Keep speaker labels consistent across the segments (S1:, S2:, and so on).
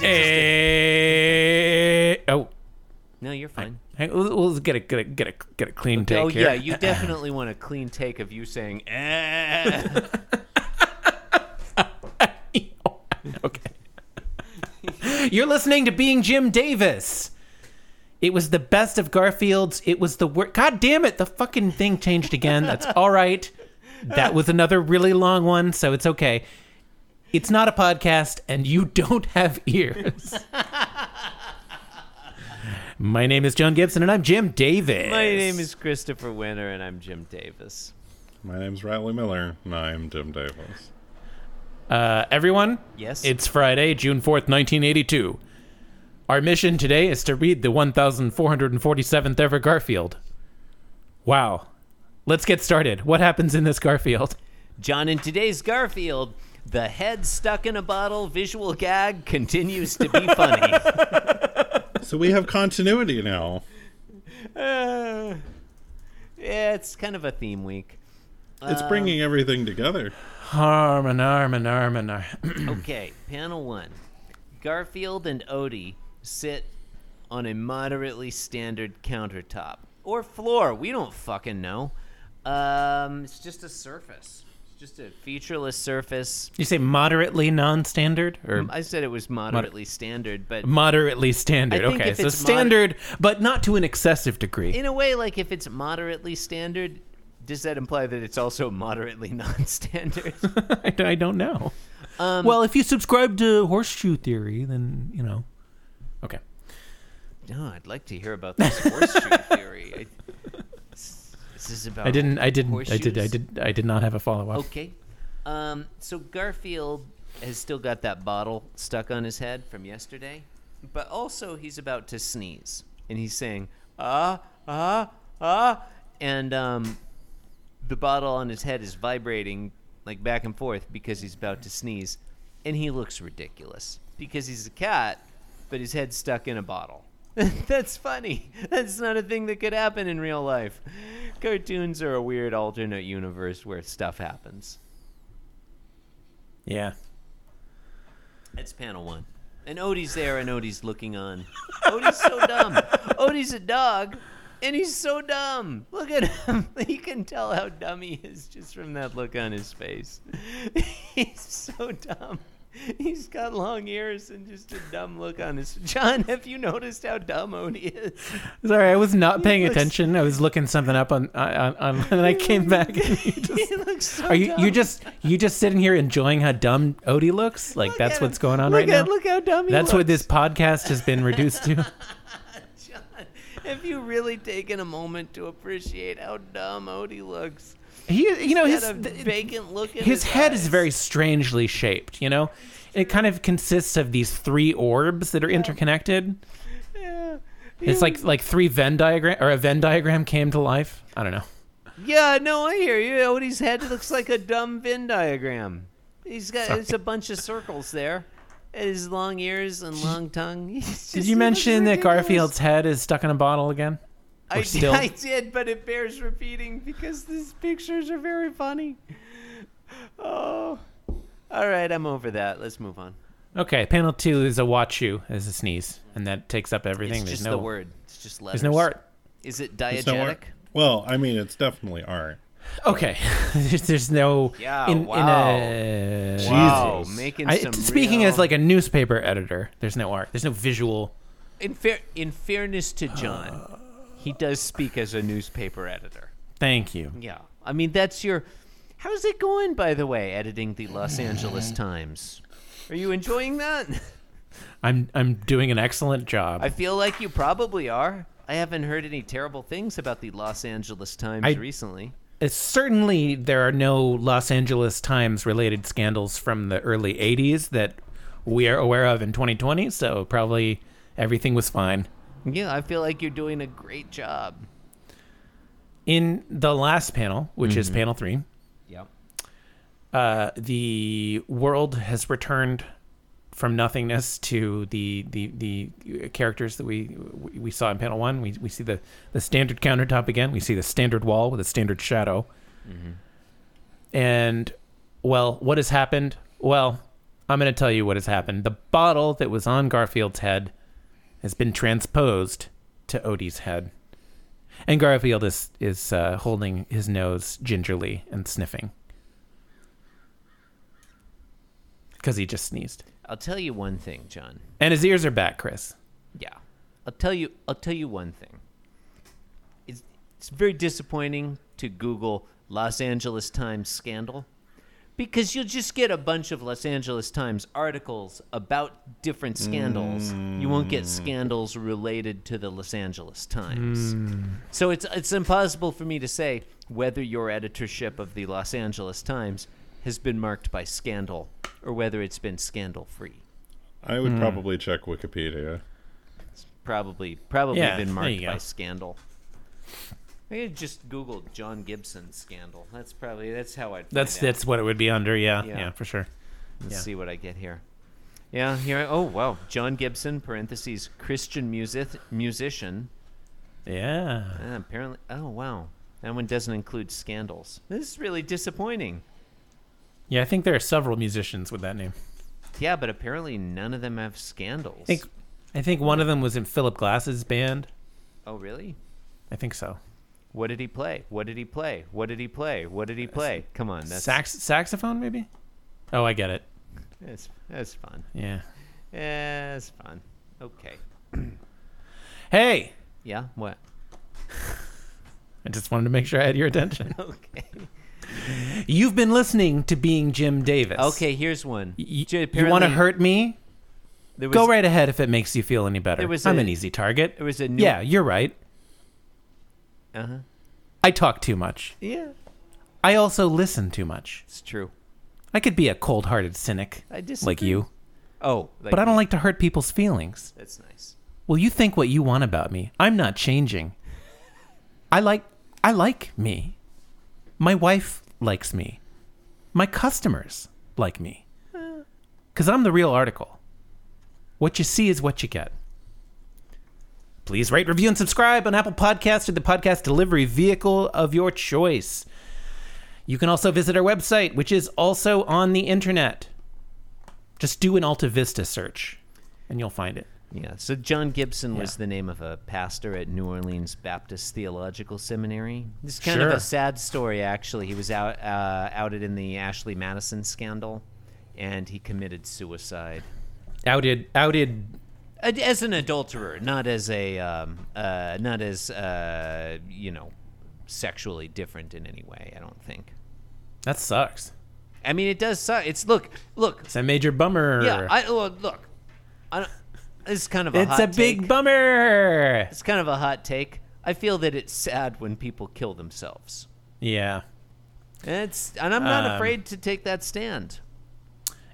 S1: Eh.
S2: Eh, oh, get a get a get a get a clean take
S1: oh
S2: here.
S1: yeah, you definitely want a clean take of you saying eh.
S2: Oh, okay. You're listening to Being Jim Davis. It was the best of Garfield's. It was the worst. God damn it. The fucking thing changed again. That's all right. That was another really long one, so it's okay. It's not a podcast, and you don't have ears. My name is John Gibson, and I'm Jim Davis.
S1: My name is Christopher Winter, and I'm Jim Davis.
S3: My name's Riley Miller, and I'm Jim Davis.
S2: Uh, everyone,
S1: Yes.
S2: It's Friday, June 4th, 1982. Our mission today is to read the 1447th ever Garfield. Wow. Let's get started. What happens in this Garfield?
S1: John, in today's Garfield, the head stuck in a bottle visual gag continues to be funny.
S3: So we have continuity now.
S1: Uh, yeah, it's kind of a theme week.
S3: It's bringing everything together.
S2: Harm and arm and arm and arm.
S1: Okay, panel one. Garfield and Odie sit on a moderately standard countertop or floor. We don't fucking know. Um, it's just a surface. It's just a featureless surface.
S2: You say moderately non standard? Or
S1: I said it was moderately standard, but
S2: moderately standard.
S1: I think
S2: Okay,
S1: if
S2: so
S1: it's mod-
S2: standard, but not to an excessive degree.
S1: in a way, like if it's moderately standard, does that imply that it's also moderately non-standard?
S2: I d- I don't know.
S1: Um,
S2: well, if you subscribe to horseshoe theory, then, you know. Okay.
S1: no, I'd like to hear about this horseshoe theory. I, this is about.
S2: I didn't. I didn't. I did. I
S1: horseshoes? Oh.
S2: did. I did not have a follow up.
S1: Okay. Um, so Garfield has still got that bottle stuck on his head from yesterday, but also he's about to sneeze, and he's saying ah ah ah, and um, the bottle on his head is vibrating like back and forth because he's about to sneeze, and he looks ridiculous because he's a cat, but his head's stuck in a bottle. That's funny. That's not a thing that could happen in real life. Cartoons are a weird alternate universe where stuff happens.
S2: Yeah.
S1: That's panel one. And Odie's there, and Odie's looking on. Odie's so dumb. Odie's a dog, and he's so dumb. Look at him. You can tell how dumb he is just from that look on his face. he's so dumb. He's got long ears and just a dumb look on his. John, have you noticed how dumb Odie is?
S2: Sorry, I was not paying
S1: looks-
S2: attention. I was looking something up on on, on and then I came back. And you just,
S1: he looks so
S2: are you
S1: dumb.
S2: you just you just sitting here enjoying how dumb Odie looks? Like
S1: Look
S2: that's
S1: at
S2: what's
S1: him.
S2: going on
S1: Look
S2: right
S1: at-
S2: now.
S1: Look how dumb he
S2: that's what
S1: looks.
S2: this podcast has been reduced to.
S1: John, have you really taken a moment to appreciate how dumb Odie looks?
S2: He, you know,
S1: He's
S2: his
S1: got a
S2: th-
S1: vacant look in
S2: his head is
S1: eyes.
S2: very strangely shaped. You know, it kind of consists of these three orbs that are interconnected.
S1: Yeah.
S2: It's like like three Venn diagram or a Venn diagram came to life. I don't know.
S1: Yeah, no, I hear you. Odie's head looks like a dumb Venn diagram. He's got it's a bunch of circles there. And his long ears and long tongue. He's just-
S2: Did
S1: he
S2: you
S1: looks
S2: mention that
S1: ridiculous.
S2: Garfield's head is stuck in a bottle again?
S1: I,
S2: still-
S1: I did, but it bears repeating because these pictures are very funny. Oh. All right, I'm over that. Let's move on.
S2: Okay, panel two is a wachu as a sneeze, and that takes up everything.
S1: It's
S2: there's
S1: just
S2: no
S1: the word. It's just letters.
S2: There's no art.
S1: Is it
S3: It's no
S1: diegetic?
S3: art. Well, I mean, it's definitely art.
S2: Okay, there's, there's no.
S1: Yeah,
S2: In,
S1: wow.
S2: In a,
S1: Wow,
S3: Jesus.
S1: making
S2: I,
S1: some
S2: speaking
S1: real-
S2: as like a newspaper editor, there's no art. There's no visual.
S1: In, fair, in fairness to John, he does speak as a newspaper editor.
S2: Thank you.
S1: Yeah. I mean, that's your. How's it going, by the way, editing the Los Angeles Times? Are you enjoying that?
S2: I'm I'm doing an excellent job.
S1: I feel like you probably are. I haven't heard any terrible things about the Los Angeles Times
S2: I-
S1: recently.
S2: It's certainly, there are no Los Angeles Times related scandals from the early '80s that we are aware of in 2020. So probably everything was fine.
S1: Yeah, I feel like you're doing a great job.
S2: In the last panel, which is
S1: Mm-hmm.
S2: panel three,
S1: Yep.
S2: uh, the world has returned from nothingness to the the, the characters that we we saw in panel one. We, we see the, the standard countertop again. We see the standard wall with a standard shadow. And well, what has happened? Well, I'm going to tell you what has happened. The bottle that was on Garfield's head has been transposed to Odie's head, And Garfield is is uh, holding his nose gingerly and sniffing because he just sneezed.
S1: I'll tell you one thing, John.
S2: And his ears are back, Chris.
S1: Yeah. I'll tell you I'll tell you one thing. It's it's very disappointing to Google Los Angeles Times scandal because you'll just get a bunch of Los Angeles Times articles about different scandals. You won't get scandals related to the Los Angeles Times. So it's it's impossible for me to say whether your editorship of the Los Angeles Times has been marked by scandal or whether it's been scandal free.
S3: I would probably check Wikipedia.
S1: probably probably
S2: Yeah,
S1: been
S2: there
S1: marked
S2: you
S1: by
S2: go.
S1: scandal. I could just Google John Gibson scandal. That's probably that's how I.
S2: That's that's what it would be under. Yeah,
S1: Yeah.
S2: yeah, for sure.
S1: Let's
S2: yeah.
S1: see what I get here. Yeah, here. I, oh wow, John Gibson parentheses Christian music musician.
S2: Yeah.
S1: Ah, apparently, oh wow, that one doesn't include scandals. This is really disappointing.
S2: Yeah, I think there are several musicians with that name.
S1: Yeah, but apparently none of them have scandals.
S2: I think I think one of them was in Philip Glass's band.
S1: oh really?
S2: I think so.
S1: What did he play? What did he play? What did he play? What did he play? Come on, that's
S2: Sax saxophone maybe? Oh, I get it.
S1: that's, that's fun.
S2: Yeah.
S1: Yeah, it's fun. Okay.
S2: Hey,
S1: Yeah, what?
S2: I just wanted to make sure I had your attention.
S1: Okay.
S2: You've been listening to Being Jim Davis.
S1: Okay, here's one.
S2: Y-
S1: J-
S2: you want to
S1: apparently
S2: hurt me?
S1: There was,
S2: Go right ahead if it makes you feel any better.
S1: There was
S2: I'm
S1: a-
S2: an easy target.
S1: There was a new.
S2: yeah, you're right.
S1: Uh huh.
S2: I talk too much.
S1: Yeah,
S2: I also listen too much.
S1: it's true.
S2: I could be a cold-hearted cynic
S1: I
S2: like
S1: disagree.
S2: you,
S1: Oh, like
S2: but I don't
S1: me.
S2: like to hurt people's feelings.
S1: That's nice.
S2: Well, you think what you want about me. I'm not changing. I like I like me. My wife likes me. My customers like me. Cuz I'm the real article. What you see is what you get. Please rate, review, and subscribe on Apple Podcasts or the podcast delivery vehicle of your choice. You can also visit our website, which is also on the internet. Just do an Alta Vista search and you'll find it.
S1: Yeah. So John Gibson was
S2: Yeah.
S1: the name of a pastor at New Orleans Baptist Theological Seminary. This is kind of
S2: Sure.
S1: a sad story, actually. He was out uh, outed in the Ashley Madison scandal, and he committed suicide.
S2: outed outed
S1: Uh, as an adulterer, not as a um, uh, not as uh, you know sexually different in any way. I don't think.
S2: that sucks
S1: I mean, it does suck. It's look, look.
S2: it's a major bummer
S1: Yeah, I well, look. I don't, it's kind of a
S2: it's
S1: hot
S2: a big
S1: take.
S2: bummer
S1: It's kind of a hot take. I feel that it's sad when people kill themselves.
S2: yeah
S1: And It's and I'm not
S2: Um,
S1: afraid to take that stand.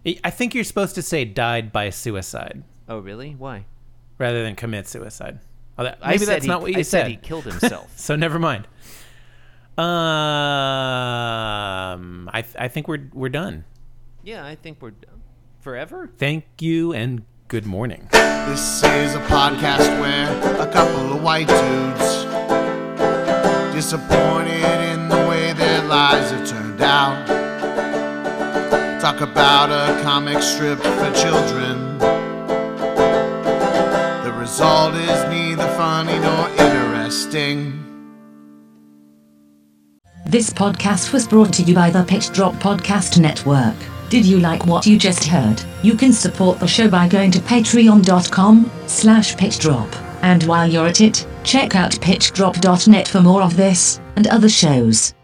S2: I- i think you're supposed to say died by suicide
S1: Oh, really? Why?
S2: rather than commit suicide Although, maybe
S1: I said
S2: that's
S1: he-
S2: not what you
S1: I
S2: said,
S1: said he killed himself.
S2: so never mind um i th- i think we're we're done
S1: yeah, I think we're done. forever.
S2: thank you and good morning
S4: This is a podcast where a couple of white dudes disappointed in the way their lives have turned out. Talk about a comic strip for children. The result is neither funny nor interesting.
S5: This podcast was brought to you by the Pitch Drop Podcast Network. Did you like what you just heard? You can support the show by going to patreon.com slash pitchdrop. And while you're at it, check out pitchdrop.net for more of this and other shows.